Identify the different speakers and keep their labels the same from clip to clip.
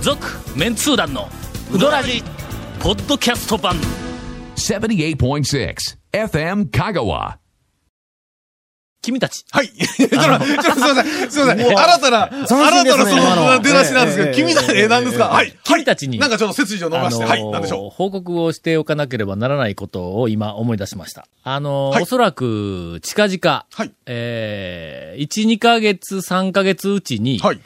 Speaker 1: 続メンツー団のウドラジポッドキャスト版
Speaker 2: 78.6 FM Kagawa.
Speaker 1: 君たち
Speaker 3: はい。 ちょっと、ちょっとすいません。すいません。新たな、新
Speaker 4: 斬新で
Speaker 3: た
Speaker 4: すね
Speaker 3: なそ
Speaker 4: 今
Speaker 3: の
Speaker 4: の
Speaker 3: 出だしなんですけ
Speaker 4: え
Speaker 3: ど、
Speaker 4: え
Speaker 3: 君たち、え、何ですかはい。
Speaker 1: 君たちに、
Speaker 3: なんかちょっと切除を伸ばして、はい。なんでしょ
Speaker 1: 報告をしておかなければならないことを今思い出しました。あのー
Speaker 3: はい
Speaker 1: おそらく近々、
Speaker 3: はい
Speaker 1: えー、1、2ヶ月、3ヶ月うちに、
Speaker 3: う。はい。 ち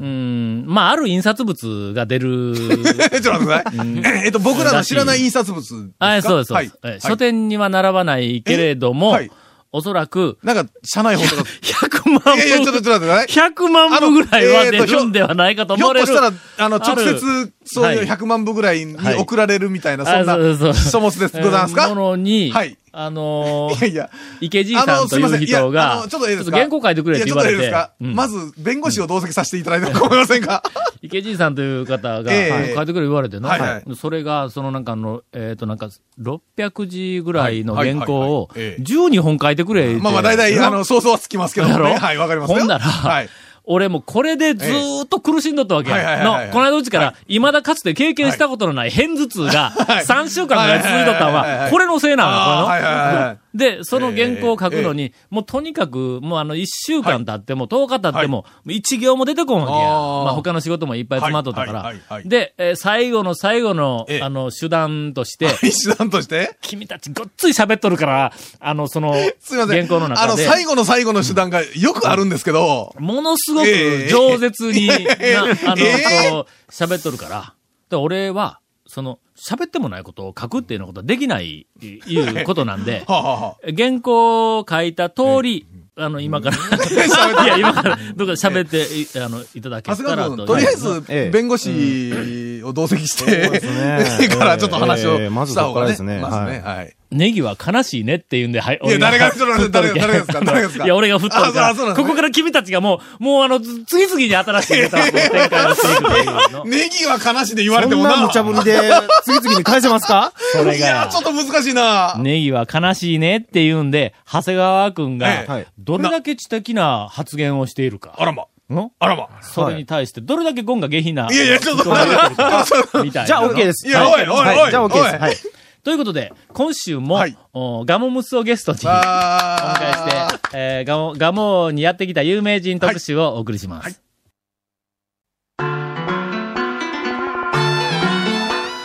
Speaker 1: うーん、まあ、ある印刷物が出 る、
Speaker 3: ょっと待ってください。えっと、僕らの知らない印刷物ですか
Speaker 1: あそうです、そうです、え
Speaker 3: はい。
Speaker 1: 書店には並ばないけれども、
Speaker 3: えはい
Speaker 1: おそらく、
Speaker 3: なんか、社内報と か。
Speaker 1: 100万部、
Speaker 3: いやいや、ちょっと、ちょ っと待ってください。
Speaker 1: 100万部ぐらいは
Speaker 3: あのえー
Speaker 1: 出
Speaker 3: と
Speaker 1: るんではないかと
Speaker 3: ひ
Speaker 1: 思
Speaker 3: ょ
Speaker 1: わ
Speaker 3: っ
Speaker 1: れ
Speaker 3: と
Speaker 1: る。
Speaker 3: したら、あの、
Speaker 1: ある
Speaker 3: 直接、そういう100万部ぐらいに
Speaker 1: はい
Speaker 3: 送られるみたいな、そ
Speaker 1: あ
Speaker 3: んな、書物です。ございます
Speaker 1: も
Speaker 3: か
Speaker 1: のに、
Speaker 3: はい
Speaker 1: あの
Speaker 3: いや
Speaker 1: ー
Speaker 3: いや。
Speaker 1: 池じいさんという人が、
Speaker 3: あのすいませんいやあのちょっとええですか
Speaker 1: 原稿書いてくれって言われ
Speaker 3: いや
Speaker 1: て
Speaker 3: ちょっ、と
Speaker 1: う
Speaker 3: ええで
Speaker 1: ん
Speaker 3: すかまず、弁護士を同席させていただいても構いませんか
Speaker 1: 池じいさんという方が、
Speaker 3: ええ
Speaker 1: あの書いてくれ言われてな、
Speaker 3: はいはい
Speaker 1: それが、そのなんかあの、えっ、となんか、600字ぐらいの
Speaker 3: はい
Speaker 1: 原稿を、
Speaker 3: はいはいはいええ
Speaker 1: 12本書いてくれって。
Speaker 3: まあまあ、大体、あの、想像はつきますけど
Speaker 1: だろ
Speaker 3: ね。はい、わかりますよ
Speaker 1: ほんなら、
Speaker 3: はい。
Speaker 1: 俺もこれでずーっと苦しんどったわけ。
Speaker 3: ええはいはいはいはい
Speaker 1: の、この間うちから、未だかつて経験したことのない偏頭痛が、3週間ぐらい続いとったん
Speaker 3: はいはいはいは
Speaker 1: は、
Speaker 3: い
Speaker 1: これのせいなの、
Speaker 3: あー
Speaker 1: こ
Speaker 3: は
Speaker 1: れ
Speaker 3: い
Speaker 1: の
Speaker 3: はいはいはい。
Speaker 1: で、その原稿を書くのに、もうとにかく、もうあの、1週間経っても、10日経っても、1行も出てこんわけや。
Speaker 3: あー
Speaker 1: まあ他の仕事もいっぱい詰まっとったか
Speaker 3: はいはいはい
Speaker 1: ら
Speaker 3: は。い
Speaker 1: で、えー最後の最後の
Speaker 3: え、え
Speaker 1: あの、手段として、
Speaker 3: 手段として
Speaker 1: 君たちごっつい喋っとるから、あの、その、
Speaker 3: すいません。
Speaker 1: 原稿の
Speaker 3: あ
Speaker 1: 中
Speaker 3: の、
Speaker 1: で。
Speaker 3: 最後の最後の手段がよくあるんですけど、
Speaker 1: ものすごく
Speaker 3: ええ
Speaker 1: 饒舌に、な、あの、
Speaker 3: ええ
Speaker 1: こう、喋っとるから。で、俺は、その、喋ってもないことを書くっていうようなことはできない、いいうことなん で、
Speaker 3: はあはあはあ
Speaker 1: 原稿を書いた通り、あの、今 から、いや、今から、どっか喋って、いあの、いただけ
Speaker 3: 長谷
Speaker 1: たら
Speaker 3: 川
Speaker 1: と。
Speaker 3: 君、とりあえ
Speaker 4: え
Speaker 3: ず
Speaker 4: え、
Speaker 3: 弁護士を同席し
Speaker 4: そう
Speaker 3: て
Speaker 4: ですね、
Speaker 3: ええ からちょっと話を
Speaker 4: ええまず
Speaker 3: した方がね。
Speaker 4: そこからですね
Speaker 3: まずね、
Speaker 4: は
Speaker 3: はい。
Speaker 1: ネギは悲しいねって言うんで、はい、
Speaker 3: いや、誰が、ちょっと待って誰が、誰がですか誰がですか
Speaker 1: いや、俺が振っとるか
Speaker 3: あそう
Speaker 1: ら、
Speaker 3: なんです
Speaker 1: こ
Speaker 3: ね
Speaker 1: こから君たちがもう、もうあの、次々に新しいネタをこう展開をしていくという の。
Speaker 3: ネギは悲しいで言われ
Speaker 4: そ
Speaker 3: て
Speaker 4: ん
Speaker 3: も
Speaker 4: な
Speaker 3: な。
Speaker 4: 無茶ぶりで、次々に返せますか
Speaker 1: それ
Speaker 3: い
Speaker 1: が
Speaker 3: や、ちょっと難しいな。
Speaker 1: ネギは悲しいねって言うんで、長谷川くん
Speaker 3: え
Speaker 1: が
Speaker 4: え、
Speaker 1: どれだけ知的な発言をしているか。
Speaker 3: あらま。
Speaker 1: の
Speaker 3: あらま。
Speaker 1: それに対して、どれだけゴンが下品な。
Speaker 3: いやいや、ちょっと、
Speaker 1: みたいな。
Speaker 4: じゃあ OK です。
Speaker 3: いや
Speaker 4: は
Speaker 3: おいおい
Speaker 4: は
Speaker 3: おい
Speaker 4: じゃあ OK です。
Speaker 3: おい
Speaker 4: はい。
Speaker 1: ということで、今週も
Speaker 3: はい、
Speaker 1: おガモムスをゲストに、お迎え
Speaker 3: あ
Speaker 1: して、えーガモ、ガモにやってきた有名人特集をお送りします。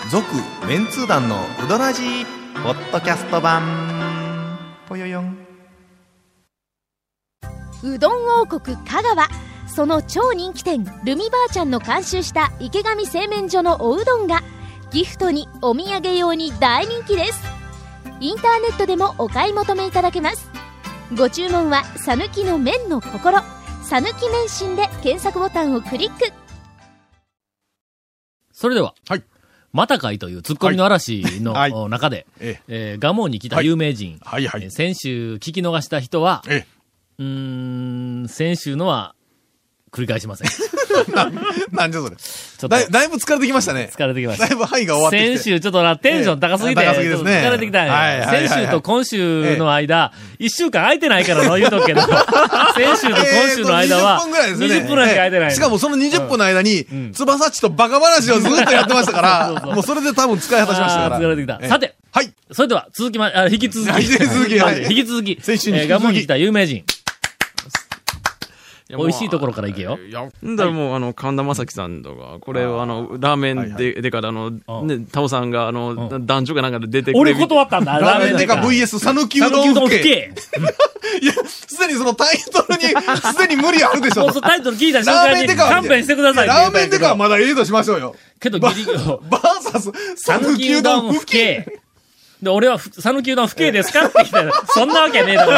Speaker 5: 続メンツー団のウドラジーポッドキャスト版ぽよよん
Speaker 6: うどん王国香川その超人気店ルミばあちゃんの監修した池上製麺所のおうどんがギフトにお土産用に大人気ですインターネットでもお買い求めいただけますご注文は「さぬきの麺の心」「さぬき麺心」で検索ボタンをクリック
Speaker 1: それでは
Speaker 3: はい、
Speaker 1: またかいというツッコミの嵐の
Speaker 3: はい
Speaker 1: お中で、
Speaker 3: え
Speaker 1: えーガモに来た有名人、
Speaker 3: はいはい
Speaker 1: えー先週聞き逃した人は、
Speaker 3: え
Speaker 1: うーん、先週のは、繰り返しません。ち
Speaker 3: なんじゃそれ。
Speaker 1: ょっと
Speaker 3: だいだいぶ疲れてきましたね。
Speaker 1: 疲れてきまし
Speaker 3: だいぶ範囲が終わ
Speaker 1: た。
Speaker 3: って
Speaker 1: 先
Speaker 3: きて。
Speaker 1: 週ちょっとな、テンション高すぎて、
Speaker 3: ええ高すぎですね
Speaker 1: ちょっと疲れてきたんや
Speaker 3: はいはいはいはい
Speaker 1: 先週と今週の間、一週間空いてないからの言うとく けど、先週と今週の間は
Speaker 3: えーと20分ぐらい、です
Speaker 1: 20
Speaker 3: ね。
Speaker 1: 分ぐらいしか空いてないの。
Speaker 3: しかもその20分の間
Speaker 1: う
Speaker 3: に
Speaker 1: ん、
Speaker 3: 翼っちとバカ話をずっとやってまし
Speaker 1: そうそ
Speaker 3: たか
Speaker 1: うそ
Speaker 3: ら、
Speaker 1: う
Speaker 3: もうそれで多分使い果たしましたか
Speaker 1: あ
Speaker 3: ら。
Speaker 1: ー疲れてきた
Speaker 3: ええ
Speaker 1: さて。
Speaker 3: はい。
Speaker 1: それでは、続きま、あ引き続き。
Speaker 3: 引き続きはい
Speaker 1: 引き続き。
Speaker 3: 先週に
Speaker 1: えー
Speaker 3: 引き
Speaker 1: ガ
Speaker 3: 続き
Speaker 1: モンに来た有名人。
Speaker 7: いや
Speaker 1: 美味しいところから行けよ。
Speaker 7: いや、だからもう、あの、神田正輝さんとか、これはあの、ラーメンで、でから、あの、
Speaker 1: うん
Speaker 7: ね、タオさんが、あの、
Speaker 1: う
Speaker 7: 男女かなんかで出てく
Speaker 1: 俺
Speaker 7: るみたい
Speaker 1: 断ったんだ、
Speaker 3: ラーメンデカ
Speaker 1: ラーメン
Speaker 3: VS 讃岐
Speaker 1: デカ
Speaker 3: う
Speaker 1: 讃
Speaker 3: ど
Speaker 1: 岐うんどん
Speaker 3: 吹
Speaker 1: 吹
Speaker 3: け。
Speaker 1: け。
Speaker 3: いや、すでにそのタイトルに、すでに無理あるでし
Speaker 1: そ
Speaker 3: ょ
Speaker 1: うそう、。タイトル聞いた瞬
Speaker 3: ラー
Speaker 1: 間
Speaker 3: メン
Speaker 1: に
Speaker 3: デカは
Speaker 1: 勘弁してくださいって言
Speaker 3: ラ
Speaker 1: うた
Speaker 3: ー
Speaker 1: ん
Speaker 3: メ
Speaker 1: や
Speaker 3: ン
Speaker 1: け
Speaker 3: デ
Speaker 1: ど
Speaker 3: カはまだエイドしましょうよ。
Speaker 1: けど、
Speaker 3: バ
Speaker 1: ギリ、
Speaker 3: バーサス、
Speaker 1: サヌ
Speaker 3: 讃
Speaker 1: キ
Speaker 3: 岐
Speaker 1: う
Speaker 3: う
Speaker 1: ど
Speaker 3: ど
Speaker 1: ん
Speaker 3: ん
Speaker 1: 不
Speaker 3: 不 景。
Speaker 1: 景。で、俺はふ、サヌキうどん不景ですかって聞いたら、そんなわけねえだろ。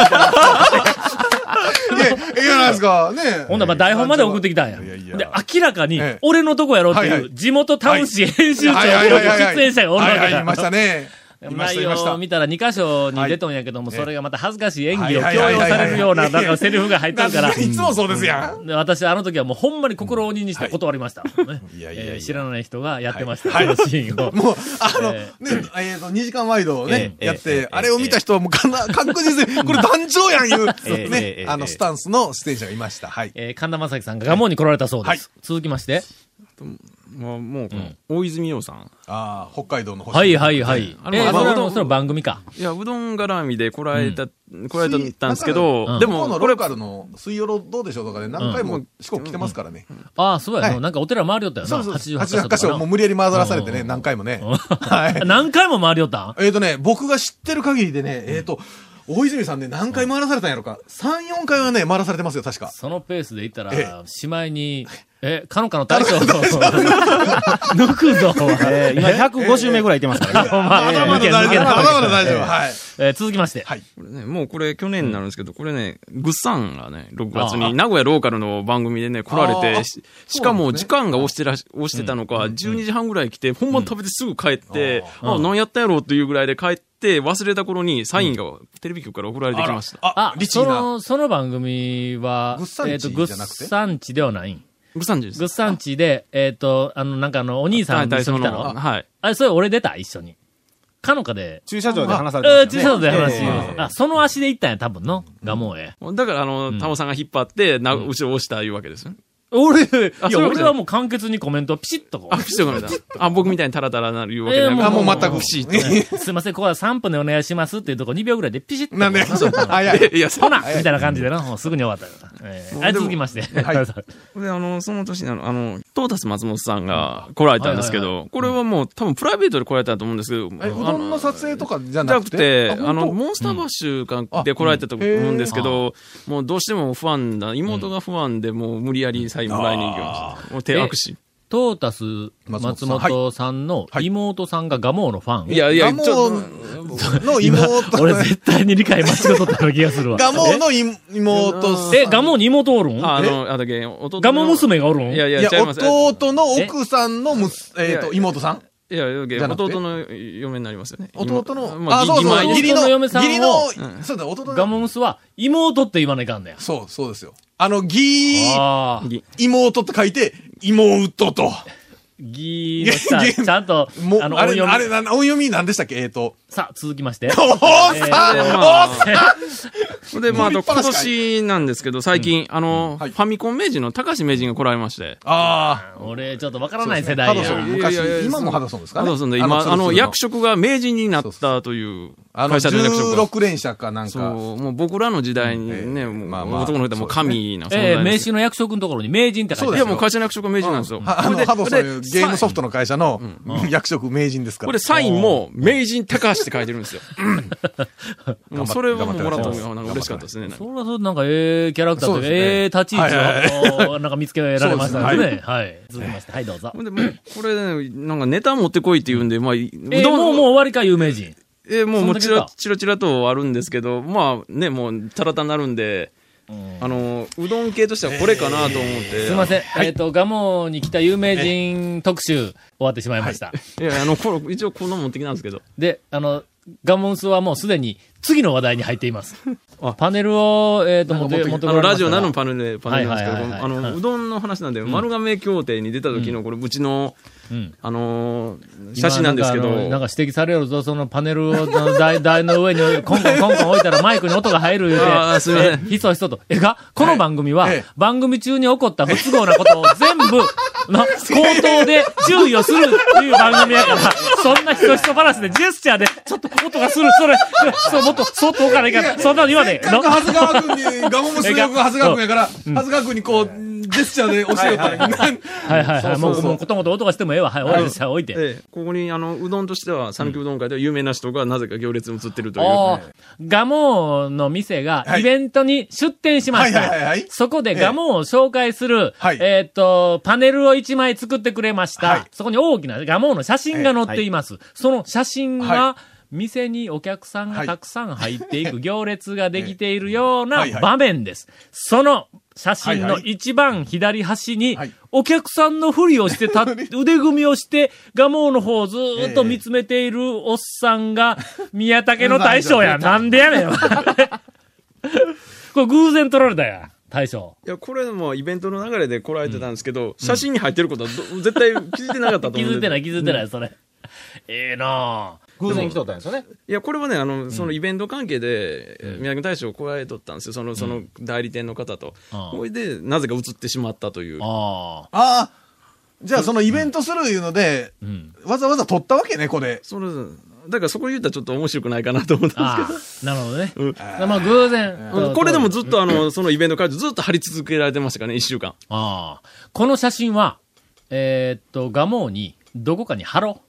Speaker 3: いや、いいじゃないですか。ねえ
Speaker 1: ほんならまあ台本まで送ってきたんや。
Speaker 3: いやいや
Speaker 1: で、明らかに
Speaker 3: ええ、
Speaker 1: 俺のとこやろって
Speaker 3: はい
Speaker 1: い
Speaker 3: は
Speaker 1: う、
Speaker 3: い
Speaker 1: 地元タウン市編集長の
Speaker 3: はいはいはいは
Speaker 1: 喫
Speaker 3: い
Speaker 1: 煙者がおるわけ
Speaker 3: はいはい、いました
Speaker 1: だ。
Speaker 3: ね。いました、
Speaker 1: 内
Speaker 3: いまし
Speaker 1: 容
Speaker 3: た
Speaker 1: を。見たら2箇所に出とんやけども、それがまた恥ずかしい演技を強
Speaker 3: はいはいは
Speaker 1: 要
Speaker 3: いはい
Speaker 1: されるような、なんかセリフが入っとるから。
Speaker 3: いつもそうですやん。
Speaker 1: で私、あの時はもうほんまに心を鬼にして断りました。ね
Speaker 3: いやいやいや
Speaker 1: えー知らない人がやってまし
Speaker 3: は
Speaker 1: た。
Speaker 3: い
Speaker 1: そのシーンを。
Speaker 3: もう、あの、
Speaker 1: え
Speaker 3: ね、えっと、2時間ワイドをね、
Speaker 1: ええ
Speaker 3: やっ
Speaker 1: えええ
Speaker 3: て
Speaker 1: え、
Speaker 3: あれを見た人はもうかな、 確実に、これ団長やんいう、
Speaker 1: ええええ
Speaker 3: ね、あの、スタンスの出演者がいました。はい。
Speaker 1: えー神田正輝さんがガモンに来られたそうです。
Speaker 3: はい
Speaker 1: 続きまして、
Speaker 7: もう、もうこの大泉洋さん。
Speaker 3: ああ、北海道の星。
Speaker 1: はいはいはい。
Speaker 7: あ
Speaker 1: え
Speaker 7: れまあ
Speaker 1: それは
Speaker 7: うどん
Speaker 1: それは番組か。
Speaker 7: いや、うどん絡みで来られた、来られたんですけ
Speaker 1: だから
Speaker 7: ど、
Speaker 1: う
Speaker 7: で
Speaker 3: でも、
Speaker 7: も、
Speaker 3: の
Speaker 7: こ
Speaker 3: ロ
Speaker 7: れ
Speaker 3: ー、カルの水曜ロどうでしょうとかで何回
Speaker 7: う
Speaker 3: も
Speaker 7: ん
Speaker 3: 四国来てますからね。
Speaker 1: ああ、そうや
Speaker 3: は
Speaker 1: の。
Speaker 3: い
Speaker 1: なんかお寺回りよったよ
Speaker 3: そ
Speaker 1: な。
Speaker 3: うそう。
Speaker 1: 88
Speaker 3: 88
Speaker 1: 箇所
Speaker 3: 箇
Speaker 1: か
Speaker 3: 所もう
Speaker 1: な。
Speaker 3: 無理やり回らされてね、
Speaker 1: うん
Speaker 3: 何回もね。 はい。
Speaker 1: 何回も回りよったん
Speaker 3: えっ、とね、僕が知ってる限りでね、えっ、と、大泉さんね、何回回らされたんやろか。3、4回はね、回らされてますよ、確か。
Speaker 1: そのペースでいった
Speaker 3: え
Speaker 1: ら、しまいに、え、かのかの大将、 抜くぞ。
Speaker 4: えー今150名ぐらいいてますからね。
Speaker 1: お前
Speaker 3: まだまだ大
Speaker 1: 抜け
Speaker 3: 丈夫。
Speaker 1: な
Speaker 3: まだまだ大丈
Speaker 4: え
Speaker 3: 夫。
Speaker 4: え
Speaker 3: はい。
Speaker 1: えー続きまして。
Speaker 3: はい
Speaker 7: ね、もうこれ去年になるんですけど、これね、グッサンがね、6
Speaker 1: あ
Speaker 7: 月
Speaker 1: あ
Speaker 7: に名古屋ローカルの番組でね、来られ
Speaker 3: ああ
Speaker 7: て、ししかも時間が押してらし、押してたのか、12時半ぐらい来て、本番食べてすぐ帰って、あ、何やったやろうというぐらいで帰って、忘れた頃にサインがテレビ局から送られてきました。
Speaker 1: あ
Speaker 3: あ、、リッチ
Speaker 1: そ
Speaker 3: ーな。
Speaker 1: の、その番組は、
Speaker 3: ぐっさんち
Speaker 1: えっと、ぐっ
Speaker 3: じゃなくて
Speaker 1: さんちではないん。
Speaker 7: グッサンジです。
Speaker 1: ぐっさんちで、えっと、あの、なんかあの、お兄さんと一緒に来た
Speaker 7: 大体そ
Speaker 1: の
Speaker 7: のはい。
Speaker 1: あれ、それ俺出た一緒に。かのかで、
Speaker 4: 駐車場で話さ
Speaker 1: え
Speaker 4: れて
Speaker 1: ー、小さなで話
Speaker 4: ええ
Speaker 1: あ、その足で行ったんや、多分の。ガモへ。
Speaker 7: だから、あの、タモさんが引っ張って、な、後ろ押したいうわけですよね。
Speaker 1: 俺、い
Speaker 7: あ
Speaker 1: や、
Speaker 7: そういうわけじゃない
Speaker 1: 俺はもう簡潔にコメントをピシッとこう
Speaker 7: あ、。ピシッとごめんなさいあ、僕みたいにタラタラなるいうわけじゃなく
Speaker 1: え
Speaker 7: て
Speaker 1: え
Speaker 3: あ、もう
Speaker 1: ま
Speaker 3: 全く不思議。
Speaker 1: すいません、ここは3分でお願いしますっていうとこ2秒ぐらいでピシッと。
Speaker 3: なんで、早い。
Speaker 7: いや、
Speaker 1: ほなみたいな感じでな、もうすぐに終わったから。ええはい、続きまして。はい。
Speaker 7: で、あの、その年にあの、あの、トータス松本さんが来られたんですけ
Speaker 1: はいはい
Speaker 7: ど、これはもう多分プライベートで来られたと思うんですけど、
Speaker 3: え、うどんの撮影とかじゃ
Speaker 7: じゃ
Speaker 3: な
Speaker 7: な
Speaker 3: く
Speaker 7: く
Speaker 3: て
Speaker 7: て、あの、
Speaker 3: 本
Speaker 7: モンスターバッシュかで来られたと思うんですけど、もうどうしても不安だ、妹が不安で、もう無理やりサインもらいに行きました。もう手握手。
Speaker 1: トータス松
Speaker 3: 松
Speaker 1: 本
Speaker 3: 本
Speaker 1: さんの妹さんがガモーのファン。
Speaker 7: いやい
Speaker 3: 当
Speaker 7: や、
Speaker 3: ガ
Speaker 7: ち
Speaker 3: モ
Speaker 7: ょっと、
Speaker 3: ーの
Speaker 1: 今
Speaker 3: 妹。
Speaker 1: 俺絶対に理解間違っとったような気がするわ。
Speaker 3: ガモーのい妹さん
Speaker 1: え、えガモーに妹おるん
Speaker 7: ああの、あだけ、弟の
Speaker 1: ガモ娘がおるん
Speaker 7: いやい
Speaker 3: い
Speaker 7: や、
Speaker 3: や
Speaker 7: 違い、ます。
Speaker 3: 弟の奥さんのむす、えっと、
Speaker 7: いや
Speaker 3: 妹さん
Speaker 7: いや、だけ
Speaker 3: じゃなくて
Speaker 7: 弟の嫁になりますよね。
Speaker 3: 弟の、
Speaker 7: まあ、
Speaker 3: あ、そう
Speaker 7: 義
Speaker 3: そう、
Speaker 7: 妹
Speaker 3: 義
Speaker 7: で
Speaker 3: 理
Speaker 7: す
Speaker 3: の、
Speaker 1: 弟の嫁さんを
Speaker 3: 義理の、そうだ、弟の
Speaker 1: ガモ娘は妹って言わないかんねや。
Speaker 3: そう、そうですよ。あの、義
Speaker 1: ああ。
Speaker 3: 妹って書いて、妹と。
Speaker 1: ギーのさ、ちゃんと、
Speaker 3: もう、
Speaker 1: あの、
Speaker 3: あ
Speaker 1: 音
Speaker 3: れ、
Speaker 1: 読
Speaker 3: あれ、
Speaker 1: み。
Speaker 3: な音読みなんでしたっけえっと。
Speaker 1: さあ、続きまして。
Speaker 3: おーさ
Speaker 7: で
Speaker 3: ん
Speaker 7: まあで、まあ、あ
Speaker 3: も
Speaker 7: と
Speaker 3: う立派な
Speaker 7: 今
Speaker 3: 司
Speaker 7: 年なんですけど、最近、あの、
Speaker 3: はい
Speaker 7: ファミコン名人の高橋名人が来られまして、
Speaker 3: あ
Speaker 1: 俺、ちょっとわから
Speaker 3: あ。
Speaker 1: ない世代
Speaker 3: ハ
Speaker 1: や
Speaker 3: ド。ソン、
Speaker 7: いやいやいや
Speaker 3: 昔、今もハドソンですかね。
Speaker 7: あとその今、あの、役
Speaker 3: 所、
Speaker 7: 職が名人になったという、
Speaker 3: あの、
Speaker 7: 会社の役職が。
Speaker 3: 16連射かなん
Speaker 7: そ
Speaker 3: か。
Speaker 7: う、もう僕らの時代に
Speaker 3: え
Speaker 7: ね、
Speaker 3: え
Speaker 7: もう、
Speaker 3: まあまあ
Speaker 7: 男の人はもう神な存在
Speaker 1: ええ、
Speaker 7: で
Speaker 1: 名
Speaker 7: す
Speaker 1: 刺の役職のところに名人って書いてあ
Speaker 3: そ
Speaker 1: る
Speaker 3: うです
Speaker 7: いや、
Speaker 3: よ
Speaker 7: もう会社の役職が名人なんですよ。
Speaker 3: ああの、ハドソンいう
Speaker 7: で
Speaker 3: ゲームソフトの会社の 役職名人ですか
Speaker 7: こ
Speaker 3: ら
Speaker 7: れ。サインも、名人高橋って書いてる んですよ。うんもうそれはもうもらった
Speaker 3: 頑張って
Speaker 7: のがなんか嬉しかったですね。なんか
Speaker 1: それはそう、なんか、ええキャラクターと
Speaker 3: そ
Speaker 1: いう
Speaker 3: う
Speaker 1: か、
Speaker 3: です
Speaker 1: ええ立ち
Speaker 3: ね
Speaker 1: 位置を、
Speaker 3: はい
Speaker 1: おーなんか見つけられました
Speaker 3: そ
Speaker 1: ね。
Speaker 3: うです
Speaker 1: ねはい。続きまして、はい、どうぞ
Speaker 7: ほ。んで、もう、これね、なんかネタ持ってこいって言うんで、まあ、う
Speaker 1: ええ
Speaker 7: どん
Speaker 1: もう、もう終わりか、有名人。
Speaker 7: えーもう、
Speaker 1: そん
Speaker 7: も
Speaker 1: だ
Speaker 7: う
Speaker 1: け
Speaker 7: ち
Speaker 1: か
Speaker 7: ら、ちらちらとあるんですけど、まあね、もう、たらたになるんで、あの、うどん系としてはこれかなと思って。
Speaker 1: すいません。
Speaker 7: はい
Speaker 1: えっ、と、ガモに来た有名人特集、終わってしまいました。
Speaker 7: いや、あの、これ、一応こんな持ってきたんですけど。
Speaker 1: で、あの、ガモンスはもうすでに次の話題に入っています。パネルを、えっ、と、持って、持って
Speaker 7: あ
Speaker 1: こら
Speaker 7: の、
Speaker 1: れま
Speaker 7: ラ
Speaker 1: し
Speaker 7: ジ
Speaker 1: た
Speaker 7: オ
Speaker 1: が
Speaker 7: なのパネルで、パネルなんですけ
Speaker 1: はいはいはいはい
Speaker 7: ど、あの、うどんの話なんで、丸亀協定に出た時の、これ、うちの、
Speaker 1: ん
Speaker 7: あのー、
Speaker 1: 今
Speaker 7: 写真なんですけど
Speaker 1: かあ、のなんか指摘されるぞ、そのパネルを、あの台、台の上にコンコンコンコン置いたらマイクに音が入る言うて、
Speaker 7: あーすいません
Speaker 1: えひそひそと。えが、この番組は
Speaker 3: ええ、
Speaker 1: 番組中に起こった不都合なことを全部、の、口頭で注意をするっていう番組やから、そんなひそひそ話でジェスチャーで、ちょっと音がする、それ、そう、もっと、そっと置かないから、そんなの言わねえ。の
Speaker 3: 長谷川君に、ガモ娘役が長谷川君やから、長谷川君にこう、ジェスチャーで教えたら、なん
Speaker 1: はいはいはい。もう、
Speaker 3: そう
Speaker 1: もう、こともと音がしてもええわ。はい、おい、じゃあ置いて。
Speaker 7: ええここに、あの、うどんとしては、讃岐うどん会では有名な人が、なぜか行列に映ってるという。
Speaker 1: おーガモーの店が
Speaker 3: はい
Speaker 1: イベントに出店しました。
Speaker 3: はいはいはいはい
Speaker 1: そこで
Speaker 3: ええ
Speaker 1: ガモーを紹介する、
Speaker 3: はい
Speaker 1: えーっと、パネルを1枚作ってくれました。
Speaker 3: はい
Speaker 1: そこに大きなガモーの写真が載っています。その写真が、店にお客さんがたくさん入ってい く行列ができているような
Speaker 3: はいはい
Speaker 1: 場面です。その写真
Speaker 3: はい
Speaker 1: の
Speaker 3: はい
Speaker 1: 一番左端に
Speaker 3: はい、
Speaker 1: お客さんのふりをして た、腕組みをして、ガモーの方をずーっと見つめているおっさんが、宮武の大将や。なんでやねん。 これ偶然撮られたやん、大将。
Speaker 7: いや、これもイベントの流れで来られてたんですけど、写真に入ってることはど絶対気づいてなかったと
Speaker 1: 気
Speaker 7: 思うんで。
Speaker 1: づいてない、気づいてない、それ。ええなぁ。
Speaker 4: 偶然来とったんですよね。
Speaker 7: いや、これはね、あの、そのイベント関係で、えー宮城大将を来られとったんですよ。その、その代理店の方と。
Speaker 1: ああ
Speaker 7: ほいで、なぜか映ってしまったという。
Speaker 1: ああ。
Speaker 3: ああ、じゃあそのイベントするいうので、
Speaker 1: うん。
Speaker 3: わざわざ撮ったわけね、これ。
Speaker 7: それ、だからそこ言ったらちょっと面白くないかなと思ったんで
Speaker 1: あ
Speaker 7: すけど。
Speaker 1: あ、なるほどね。
Speaker 7: うん
Speaker 1: まあ偶然。
Speaker 7: うんこれでもずっ
Speaker 1: と。
Speaker 7: とあの、そのイベント会場ずっと貼り続けられてましたからね、一週間。
Speaker 1: ああ。この写真は、えーっと、ガモに、どこかに貼ろう。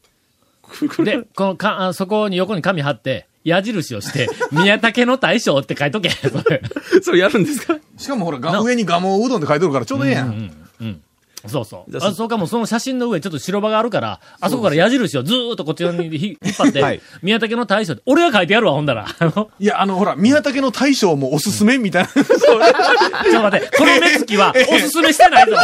Speaker 1: で、このか、あそこに横に紙貼って、矢印をして、宮武の大将って書い とけ。それ
Speaker 7: それやるんですか
Speaker 3: しかもほら、
Speaker 1: な
Speaker 3: が上にガモうどんって書いてるからちょうどええやん。
Speaker 1: うん。そうそう。
Speaker 7: じゃあ
Speaker 1: あ
Speaker 7: そ
Speaker 1: そうかも、その写真の上、ちょっと白場があるから、あそこから矢印をずーっとこっち側にひ引っ張って、宮武の大将って、俺が書いてやるわ、ほんだら。あの、ちょっ
Speaker 3: いや、あのほら、宮武の大将もおすすめみたいな。
Speaker 1: と待って、この目つきは、おすすめしてないぞ。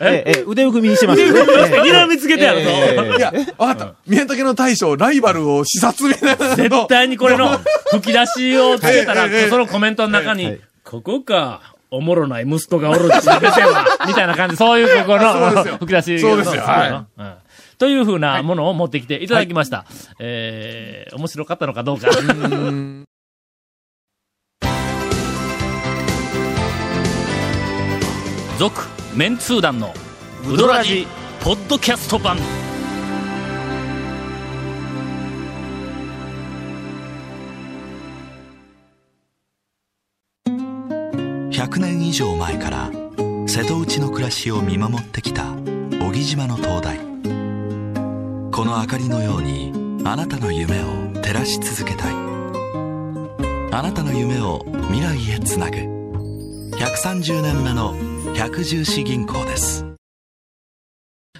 Speaker 4: え、え、腕組みにしてます。
Speaker 1: 睨みつけてやるぞ。
Speaker 3: いや、わかった。宮武の大将、ライバルを視察みたいな。
Speaker 1: 絶対にこれの吹き出しをつけたら
Speaker 3: えええ、え
Speaker 1: そのコメントの中に、ここか、おもろない息子がおるって言ってたわ みたいな感じ、そういうここ
Speaker 3: そうで
Speaker 1: の
Speaker 3: すよ
Speaker 1: 吹き出し
Speaker 3: そうですよはい
Speaker 1: うんというふうなものを持ってきていただきました。えー、面白かったのかどうか。続、メンツー団の、ウドラジ、ポッドキャスト版。
Speaker 8: 100年以上前から瀬戸内の暮らしを見守ってきた小木島の灯台この明かりのようにあなたの夢を照らし続けたいあなたの夢を未来へつなぐ130年目の百十四銀行です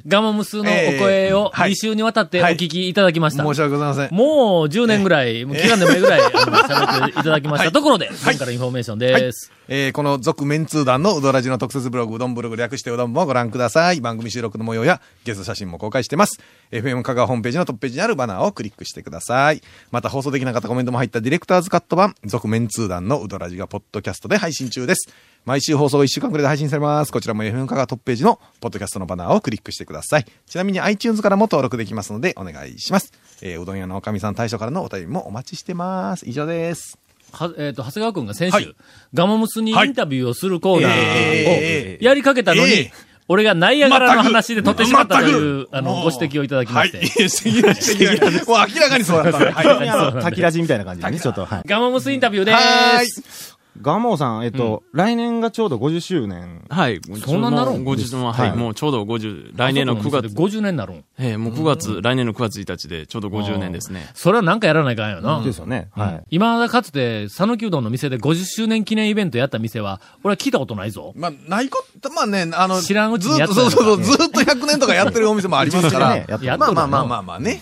Speaker 1: ガモムスのお声を
Speaker 3: ええはい
Speaker 1: 2週にわたってお聞きいただきました。
Speaker 3: 申し訳ございません。
Speaker 1: もう10年ぐらい、もう期間でもいいぐらい、 あの喋っていただきました。ところで、今からインフォメーションです。
Speaker 3: えーこの続メンツー団のうどらじの特設ブログ、うどんブログ略してうどんもご覧ください。番組収録の模様やゲスト写真も公開してます。FM 香川ホームページのトップページにあるバナーをクリックしてください。また放送できなかったコメントも入ったディレクターズカット版、続メンツー団のうどらじがポッドキャストで配信中です。毎週放送1週間くらいで配信されます。こちらも FM 香川トップページのポッドキャストのバナーをクリックしてください。ちなみに iTunes からも登録できますのでお願いします。えーうどん屋のおかみさん大将からのお便りもお待ちしてます。以上です。
Speaker 1: はえっ、と、長谷川くんが先週、
Speaker 3: はい
Speaker 1: ガモムスにインタビューをするコーナー
Speaker 3: え
Speaker 1: をやりかけたのに、
Speaker 3: ええ
Speaker 1: 俺がナイアガラの話で撮ってしまったと
Speaker 3: 全
Speaker 1: いう
Speaker 3: く、
Speaker 1: あの、
Speaker 3: も
Speaker 1: ご
Speaker 3: う
Speaker 1: 指摘をいただきまして。
Speaker 3: はい。いや素敵な指 摘だもう明らかにそうだったね。はい。
Speaker 4: 急にあの、滝ラジみたいな感じでね、ちょっと、はい。
Speaker 1: ガモムスインタビューで
Speaker 3: はー
Speaker 1: ー
Speaker 3: い
Speaker 1: す。。
Speaker 4: ガモさん、えっと、来年がちょうど50周年。
Speaker 7: はい。
Speaker 1: そんなになるん
Speaker 7: ご自身は、はい、
Speaker 4: はい
Speaker 7: もうちょうど50、来年の9
Speaker 1: あそ
Speaker 7: 月、
Speaker 1: この店で50年になるん。
Speaker 7: ええもう9月、来年の9月1日でちょうど50年ですね。
Speaker 1: それはなんかやらないかんよな。
Speaker 4: ですよね。はい。
Speaker 1: 今だかつて、讃岐うどんの店で50周年記念イベントやった店は、俺は聞いたことないぞ。
Speaker 3: まあ、ないこと、まあね、あの、
Speaker 1: 知らんうち
Speaker 3: ず
Speaker 1: にや
Speaker 3: っ
Speaker 1: っ
Speaker 3: と、
Speaker 1: てた
Speaker 3: そ
Speaker 1: の
Speaker 3: う
Speaker 1: かね
Speaker 3: そうそう、ずっと100年とかやってるお店もありますか
Speaker 4: ね
Speaker 3: ら。
Speaker 4: やっと
Speaker 1: やっと
Speaker 3: まあまあまあ
Speaker 1: ま
Speaker 3: まあまあね。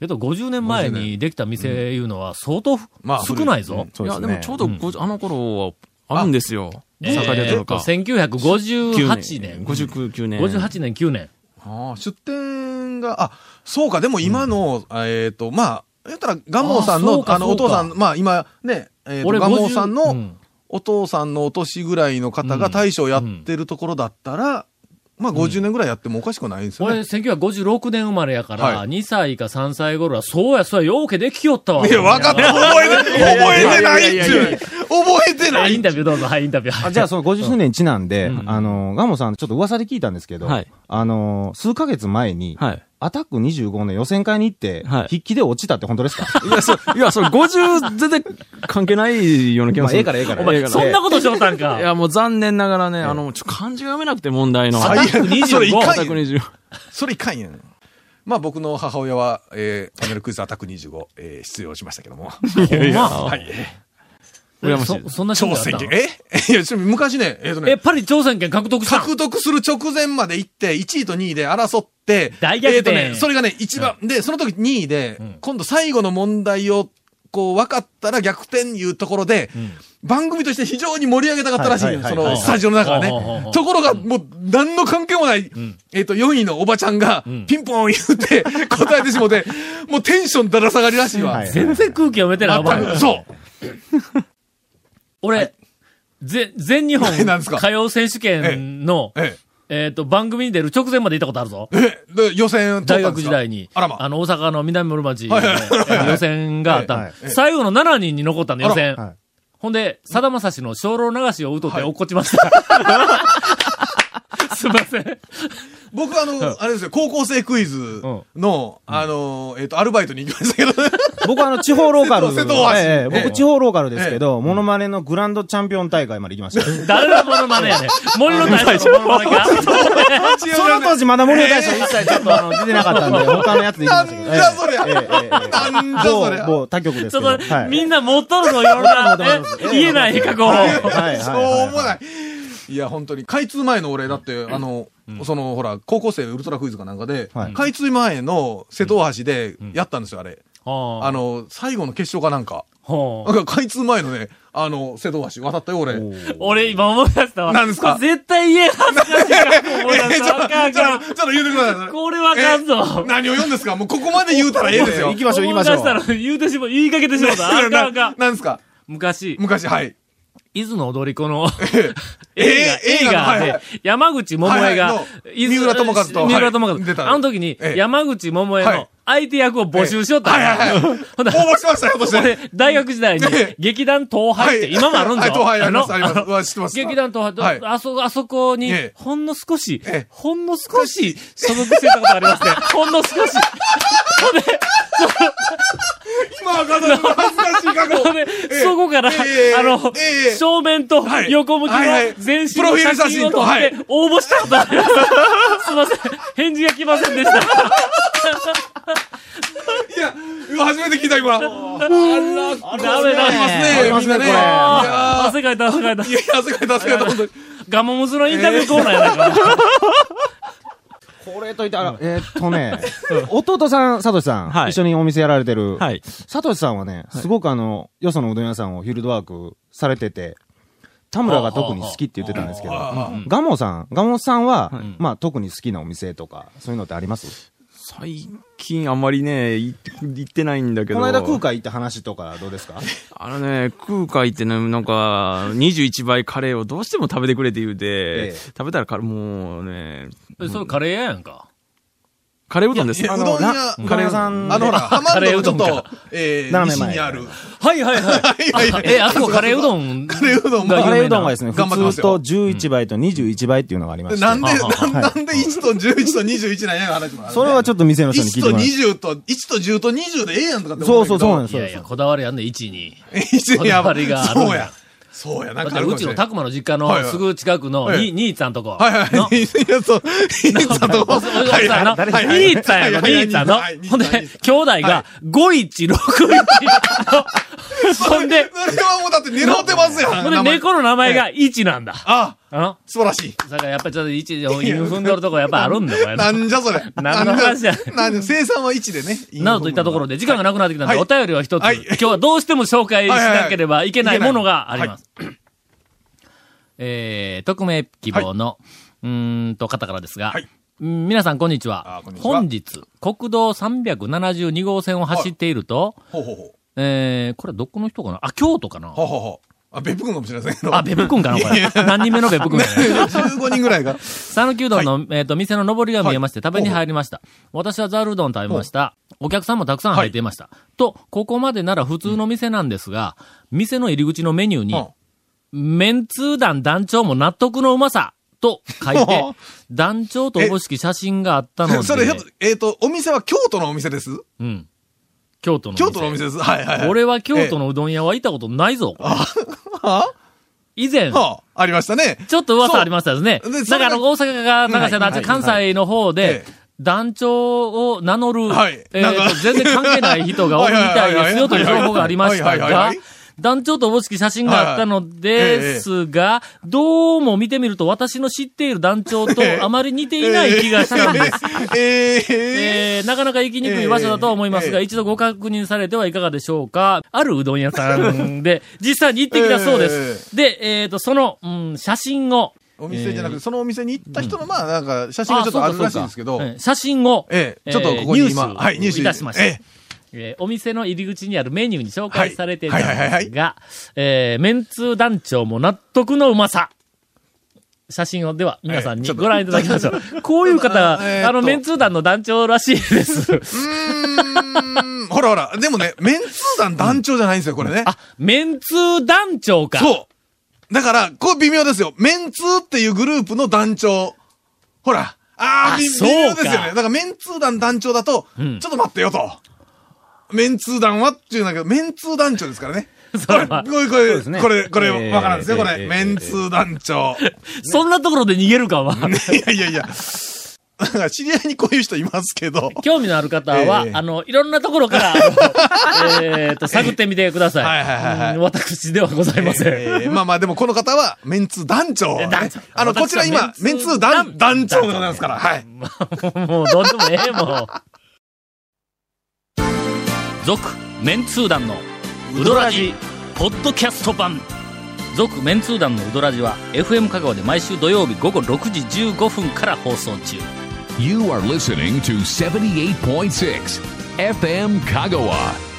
Speaker 1: けど50年前にできた店いうのは相当ふ
Speaker 3: まあ
Speaker 1: 少ないぞ。
Speaker 4: そう
Speaker 7: い
Speaker 4: で
Speaker 7: や、
Speaker 4: す
Speaker 7: で
Speaker 4: ね
Speaker 7: もちょうど50、あの頃は、あるんですよ。
Speaker 1: えー
Speaker 7: 酒屋とか。
Speaker 1: 1958年。
Speaker 7: 59、9年。
Speaker 1: 58年、9年。
Speaker 3: ああ、出店が、あ、そうか、でも今の、えっと、まあ、言ったら、ガモさん
Speaker 1: あそう
Speaker 3: の、
Speaker 1: か
Speaker 3: あの、
Speaker 1: そ
Speaker 3: お
Speaker 1: うか
Speaker 3: 父さん、まあ今、ね、えっと、
Speaker 1: 俺
Speaker 3: ガモさん
Speaker 1: う
Speaker 3: の
Speaker 1: ん、
Speaker 3: お父さんのお年ぐらいの方が大将やってるところだったら、まあ50年ぐらいやってもおかしくないんですよ
Speaker 1: 俺、
Speaker 3: ね。
Speaker 1: 1956年生まれやから、
Speaker 3: はい
Speaker 1: 2歳か3歳頃は、そうや、そうや、ようけできよったわ。
Speaker 3: いや、分かった。覚えて、覚えてないっちゅう。覚え て
Speaker 1: は、
Speaker 3: ないい
Speaker 1: インタビューどうぞ、はい、インタビュー。
Speaker 4: あじゃあ、その50周年にちなんで
Speaker 1: う、ん
Speaker 4: あの、ガモさん、ちょっと噂で聞いたんですけど
Speaker 7: はい、
Speaker 4: あの、数ヶ月前に、
Speaker 7: はい。
Speaker 4: アタック25の予選会に行って
Speaker 7: はい、
Speaker 4: 筆記で落ちたって本当ですか
Speaker 7: いや、そう、いや、それ50、全然関係ないような気が
Speaker 4: ますあ、
Speaker 7: る。
Speaker 4: ええからええから。
Speaker 7: お前
Speaker 4: ええから
Speaker 1: そんなことしよったんか。
Speaker 7: いや、もう残念ながらね、あの、ちょ、漢字が読めなくて問題の。
Speaker 1: 最悪
Speaker 3: それいかんやん。
Speaker 7: 120。
Speaker 3: それいかんやん。まあ僕の母親は、えー、パネルクイズアタック25、えー、出場しましたけども。
Speaker 7: いやいや、
Speaker 3: はい。
Speaker 7: 羨ましい
Speaker 1: そ、そんな人
Speaker 3: 挑
Speaker 1: だった
Speaker 3: 戦
Speaker 1: の
Speaker 3: 権。えいや、ちょ昔ね、えっ、と
Speaker 1: え、
Speaker 3: ね、
Speaker 1: パリ挑戦権獲得したん
Speaker 3: 獲得する直前まで行って、1位と2位で争って、
Speaker 1: 大逆転
Speaker 3: えっ、とね、それがね、一番、で、その時2位で、今度最後の問題を、こう、分かったら逆転いうところで、番組として非常に盛り上げたかったらしい
Speaker 4: はい
Speaker 3: よ
Speaker 4: はい
Speaker 3: そ
Speaker 4: はい
Speaker 3: の、
Speaker 1: はい
Speaker 3: スタジオの中は
Speaker 1: ほうほうほ
Speaker 3: ね
Speaker 1: う。
Speaker 3: ところが、もう、何の関係もない、えっと、4位のおばちゃんが、ピンポン言って、答えてしもて、もうテンションだら下がりらしいわ
Speaker 4: はい。
Speaker 1: 全然空気読めてない、お
Speaker 3: 全
Speaker 1: 前
Speaker 3: く。そう。
Speaker 1: 俺、ぜ、全日本
Speaker 3: 何ですか
Speaker 1: 歌謡選手権の、
Speaker 3: え
Speaker 1: えっと、番組に出る直前まで行ったことあるぞ。
Speaker 3: え。え、で予選通ったんですか
Speaker 1: 大学時代に、
Speaker 3: あらま。
Speaker 1: の、大阪の南室町の
Speaker 3: はいはい
Speaker 1: えー予選があったの
Speaker 4: はい
Speaker 1: 最後の7人に残ったの、予選
Speaker 4: あらはい。
Speaker 1: ほんで、さだまさしの精霊流しを歌って
Speaker 3: はい
Speaker 1: 落っこちました。すいません。
Speaker 9: 僕あの、あれですよ、高校生クイズの、あの、えっと、アルバイトに行きましたけどね。
Speaker 4: 僕はあの、地方ローカル。
Speaker 9: 瀬戸大橋
Speaker 4: ええええ
Speaker 9: ええ
Speaker 4: 僕、地方ローカルですけど、モノマネのグランドチャンピオン大会まで行き ましたよ。
Speaker 1: 誰のモノマネやねん。森の大将のモノマネか。
Speaker 4: その当時まだ森の大将一切ちょっとあの出てなか ったんで、他のやつで行きましたけど。
Speaker 9: なんじゃそりゃ
Speaker 4: ええええええ
Speaker 9: なんじゃそりゃ
Speaker 4: 某某他局
Speaker 1: ち
Speaker 4: ですけ
Speaker 1: ょ
Speaker 4: ど。
Speaker 1: っと、みんな持っとるの、いろんな、ね、言えない過去を。
Speaker 4: はいはい
Speaker 9: しょうもない。いや、本当に。開通前の俺、だって、あの、その、ほら、高校生ウルトラクイズかなんかで、
Speaker 4: はい
Speaker 9: 開通前の瀬戸大橋でやったんですよ、あれ。あ
Speaker 1: あの、
Speaker 9: の、最後の決勝かなんか。
Speaker 1: ほ
Speaker 9: なんか開通前のね、あの、瀬戸大橋渡ったよ、俺。え
Speaker 1: う俺今思い出したわ。
Speaker 9: 何ですか
Speaker 1: これ絶対言えん恥ずかしい過去思い出
Speaker 9: ちょ
Speaker 1: した。あかんあ
Speaker 9: ち
Speaker 1: か
Speaker 9: ょ
Speaker 1: ん
Speaker 9: ちょっと言うてください。
Speaker 1: これわかんぞ
Speaker 9: え。何を言うんですかもうここまで言うたらええですよ
Speaker 4: 行。きましょう行きまし
Speaker 1: 思い
Speaker 4: ょ
Speaker 1: 出したら言うてしまう、言いかけてしま った。あかんあかん。
Speaker 9: 何ですか
Speaker 1: 昔、
Speaker 9: 昔、はい。
Speaker 1: 伊豆の踊り子の
Speaker 9: ええ
Speaker 1: 映
Speaker 9: 映画のは
Speaker 1: 画
Speaker 9: いはい
Speaker 1: で、山口桃恵
Speaker 9: はい
Speaker 1: が
Speaker 9: はい、の
Speaker 1: 伊豆
Speaker 9: 三浦友和と
Speaker 1: 三
Speaker 9: は
Speaker 1: 浦
Speaker 9: い
Speaker 1: 友和
Speaker 9: 出
Speaker 1: と。
Speaker 9: た
Speaker 1: あの時に
Speaker 9: え、え
Speaker 1: 山口桃恵
Speaker 9: は
Speaker 1: の
Speaker 9: い
Speaker 1: 相手役を募集しよったんや。 ほん
Speaker 9: 応
Speaker 1: なら
Speaker 9: 募しましたよ、今年
Speaker 1: 俺、大学時代に
Speaker 9: ええ、
Speaker 1: 劇団東廃って、今もあるんぞ。
Speaker 9: はい、東海あります、
Speaker 1: の
Speaker 9: あります。
Speaker 1: の
Speaker 9: うわ知ってます。
Speaker 1: 劇団東
Speaker 9: はい
Speaker 1: 廃、あそこ、あそこに
Speaker 9: ええ、
Speaker 1: ほんの少し
Speaker 9: ええ、
Speaker 1: ほんの少し、所属してたことあり ますね。ほんの少し。
Speaker 9: 今はかんない恥ずかしい過去。
Speaker 1: ほんで
Speaker 9: ええ
Speaker 1: そこから、あ
Speaker 9: ええ
Speaker 1: の
Speaker 9: ええ、
Speaker 1: 正面と
Speaker 9: はい
Speaker 1: 横向きの
Speaker 9: はいはい
Speaker 1: 全身
Speaker 9: プロ
Speaker 1: の
Speaker 9: フィール
Speaker 1: 写
Speaker 9: 写
Speaker 1: 真
Speaker 9: 真
Speaker 1: を撮
Speaker 9: と
Speaker 1: っ
Speaker 9: は
Speaker 1: て
Speaker 9: い
Speaker 1: 応募したことあります。すいません。返事が来ませんでした。
Speaker 9: いや、うわ初めて聞いた、今。あり
Speaker 1: ダメダメ。
Speaker 4: あり
Speaker 9: ま
Speaker 4: ますすね
Speaker 9: ね、みんなね。い
Speaker 4: これ
Speaker 1: あー
Speaker 9: や
Speaker 1: 汗かいた汗かいた
Speaker 9: ー。いや、汗かいた、汗かいた、本当に。
Speaker 1: ガモムズのインタビューコーナーやないか。
Speaker 4: う。これといったら、えーっと ね、弟さん、サトシさん、
Speaker 7: はい
Speaker 4: 一緒にお店やられてる、
Speaker 7: はい。
Speaker 4: サトシさんはね、すごくあの、よそのうどん屋さんをフィールドワークされてて、田村が特に好きって言ってたんですけど、
Speaker 9: あ
Speaker 4: ガモさん、ガモさんは、まあ特に好きなお店とか、そういうのってあります
Speaker 7: 最近あんまりね、行って行ってないんだけ
Speaker 4: この
Speaker 7: ど。
Speaker 4: 間空海行った話とかどうですか
Speaker 7: あのね、空海ってね、なんか、21倍カレーをどうしても食べてくれって言うて、
Speaker 4: ええ
Speaker 7: 食べたらカレー、もうね、
Speaker 1: それカレー屋やんか。
Speaker 7: カレーうどんです
Speaker 9: いや
Speaker 7: よ。
Speaker 9: うどん
Speaker 4: な
Speaker 9: 屋
Speaker 4: カレー屋さん
Speaker 9: あの、ほら、ハマンドのち
Speaker 1: カレーうど
Speaker 9: ょっ
Speaker 1: ん
Speaker 9: と、えー、
Speaker 4: 斜め
Speaker 9: 西
Speaker 4: 前
Speaker 9: にある。
Speaker 1: はいはいはいあ。え、あそこカレーうどん。
Speaker 9: カレーうどんも
Speaker 1: が有名な
Speaker 4: カレーうどんはですね、
Speaker 9: 頑張ってま
Speaker 4: 普
Speaker 9: す
Speaker 4: 通
Speaker 9: よ
Speaker 4: と11倍と21倍っていうのがありまして、
Speaker 9: なんで、
Speaker 1: はは
Speaker 9: なんなんで1と11と21なんや話もあるね。
Speaker 4: それはちょっと店の人に聞
Speaker 9: 1
Speaker 4: いて
Speaker 9: と
Speaker 4: ます。
Speaker 9: 20と、1と10と20でええやんとかって
Speaker 4: そうそうそうなん
Speaker 9: ん
Speaker 4: です。
Speaker 1: い
Speaker 4: そう
Speaker 1: や
Speaker 4: で
Speaker 1: い
Speaker 4: す
Speaker 1: や、こだわりあんねん、1に。
Speaker 9: 1にや
Speaker 1: こだわりがあるんだ
Speaker 9: そうや。そうや、な
Speaker 1: だっ
Speaker 9: んか
Speaker 1: て
Speaker 9: ある
Speaker 1: う
Speaker 9: かも
Speaker 1: ち
Speaker 9: し
Speaker 1: の
Speaker 9: れない。
Speaker 1: たくまの実家
Speaker 9: はい
Speaker 1: の
Speaker 9: はい
Speaker 1: すぐ近くの
Speaker 9: はい
Speaker 1: に、兄ちゃんとこ。
Speaker 9: はいはい。いや、そう。いいさとこ。
Speaker 1: おじさんの、兄ちゃんやの、兄ちゃんの。ほんで、兄弟が、5-1、6-1。ほんで、
Speaker 9: それはもうだって狙ってますや
Speaker 1: ほ
Speaker 9: ん。
Speaker 1: んで、
Speaker 9: 名前
Speaker 1: 猫の名前が1なんだ。
Speaker 9: あ、
Speaker 1: あ
Speaker 9: 素晴らしい。
Speaker 1: だからやっぱりちょっと1で踏んどるとこやっぱあるんだ、これ
Speaker 9: な
Speaker 1: な。
Speaker 9: んじゃそれ。
Speaker 1: 何の話や
Speaker 9: なんじゃ生産は1でね。
Speaker 1: などといったところで、時間がなくなってきたので、
Speaker 9: はい
Speaker 1: お便りを一つ、
Speaker 9: はい
Speaker 1: 今日はどうしても紹介しなければいけないものがあります。えー、匿名希望の、うーんと方からですが、
Speaker 9: はい
Speaker 1: うん皆さんこんにち
Speaker 9: あ
Speaker 1: は
Speaker 9: ーこんに。ちは
Speaker 1: 本日、国道372号線を走っていると、
Speaker 9: ほうほうほ
Speaker 1: えー、これはどこの人かなあ、京都かな
Speaker 9: う。ほうほうほう。あ、別府君かもしれませんけど。
Speaker 1: あ、別府君かなこれ。何人目の別府君やね
Speaker 9: 15人ぐらいが。
Speaker 1: 讃岐うどんの、えっ、と、店の上りが見えまして、食べに入りました。私はザルうどんを食べました。お客さんもたくさん入っていました。と、ここまでなら普通の店なんですが、店の入り口のメニューに、メンツー団団長も納得のうまさと書いて
Speaker 9: ほう、
Speaker 1: 団長とおぼしき写真があったので、
Speaker 9: それ、ひょっとえっと、お店は京都のお店です
Speaker 1: うん。京都の店。
Speaker 9: 京都のお店です。はいはいはい。
Speaker 1: 俺は京都のうどん屋は行ったことないぞ。これ以前、
Speaker 9: はあ、ありましたね。
Speaker 1: ちょっと噂ありましたですね
Speaker 9: そう。
Speaker 1: だ
Speaker 9: で
Speaker 1: からあの、大阪が流した団長、関西の方で
Speaker 9: ええ、
Speaker 1: 団長を名乗る、
Speaker 9: はい
Speaker 1: え
Speaker 9: なん
Speaker 1: ー
Speaker 9: か
Speaker 1: と、全然関係ない人が多いみたいですよという情報がありまし
Speaker 9: は
Speaker 1: た
Speaker 9: いはいはいは
Speaker 1: が
Speaker 9: いはい、
Speaker 1: 団長とおぼしき写真があったのですが、どうも見てみると私の知っている団長とあまり似ていない気がしたんです。
Speaker 9: え
Speaker 1: え
Speaker 9: え
Speaker 1: ーなかなか行きにくい場所だとは思いますが、
Speaker 9: ええ
Speaker 1: 一度ご確認されてはいかがでしょうか。あるうどん屋さん で、実際に行ってきたそうです。で、えっ、と、その、うん、写真を、
Speaker 9: お店じゃなくて、そのお店に行った人の、まあ、なんか、写真がちょっとあるらしいんですけど
Speaker 1: あそうかそうか、ええ写真を、
Speaker 9: ええ、ちょっとここ
Speaker 1: ニュ
Speaker 9: に今、
Speaker 1: ース
Speaker 9: はい、入手
Speaker 1: いたしました。
Speaker 9: え
Speaker 1: えーお店の入り口にあるメニューに紹介されていたん
Speaker 9: はいはいはいは
Speaker 1: で
Speaker 9: い
Speaker 1: すが、えーメンツー団長も納得のうまさ。写真を、では、皆さん
Speaker 9: ええ
Speaker 1: に
Speaker 9: ちょっと
Speaker 1: ご覧いただきましょう。こういう方
Speaker 9: あ
Speaker 1: が、
Speaker 9: えーっと
Speaker 1: あの、メンツー団の団長らしいです。
Speaker 9: え、ほらほら、でもね、メンツー団団長じゃないんですよ、これね。
Speaker 1: あ、メンツー団長か。
Speaker 9: そう。だから、こう微妙ですよ。メンツーっていうグループの団長。
Speaker 3: ほら、ああ、
Speaker 1: あ
Speaker 3: 微
Speaker 1: そう
Speaker 3: 微
Speaker 1: か
Speaker 3: 妙ですよね。だから、メンツー団団長だと、
Speaker 1: ん
Speaker 3: ちょっと待ってよと。メンツー団はっていうんだけど、メンツー団長ですからね。こ
Speaker 1: そう
Speaker 3: れ、
Speaker 1: まあ
Speaker 3: これ、これ、
Speaker 4: すね
Speaker 3: これ、これ、
Speaker 4: えー
Speaker 3: わからんですよ、これ。
Speaker 4: えー
Speaker 3: メンツー団長。
Speaker 1: そんなところで逃げるかは。
Speaker 3: いやいやいや。なんか、知り合いにこういう人いますけど。
Speaker 1: 興味のある方は、
Speaker 3: ええ
Speaker 1: あの、いろんなところから、あ のえーと、探ってみてください。
Speaker 3: はいはいはいはい
Speaker 1: うん私ではございません。
Speaker 3: えーまあまあ、でもこの方は、メンツー団長。
Speaker 1: え団長
Speaker 3: あの、こちら今、
Speaker 1: 私はメ
Speaker 3: メ
Speaker 1: ン
Speaker 3: ン
Speaker 1: ツ
Speaker 3: ツ
Speaker 1: ー
Speaker 3: ー
Speaker 1: 団
Speaker 3: 団、団長でございますから。はい。
Speaker 1: もうどうでもええもん。続、メンツー団のウドラジ、ポッドキャスト版。続、メンツー団のウドラジは、FM 香川で毎週土曜日午後6時15分から放送中。
Speaker 2: You are listening to 78.6 FM Kagawa.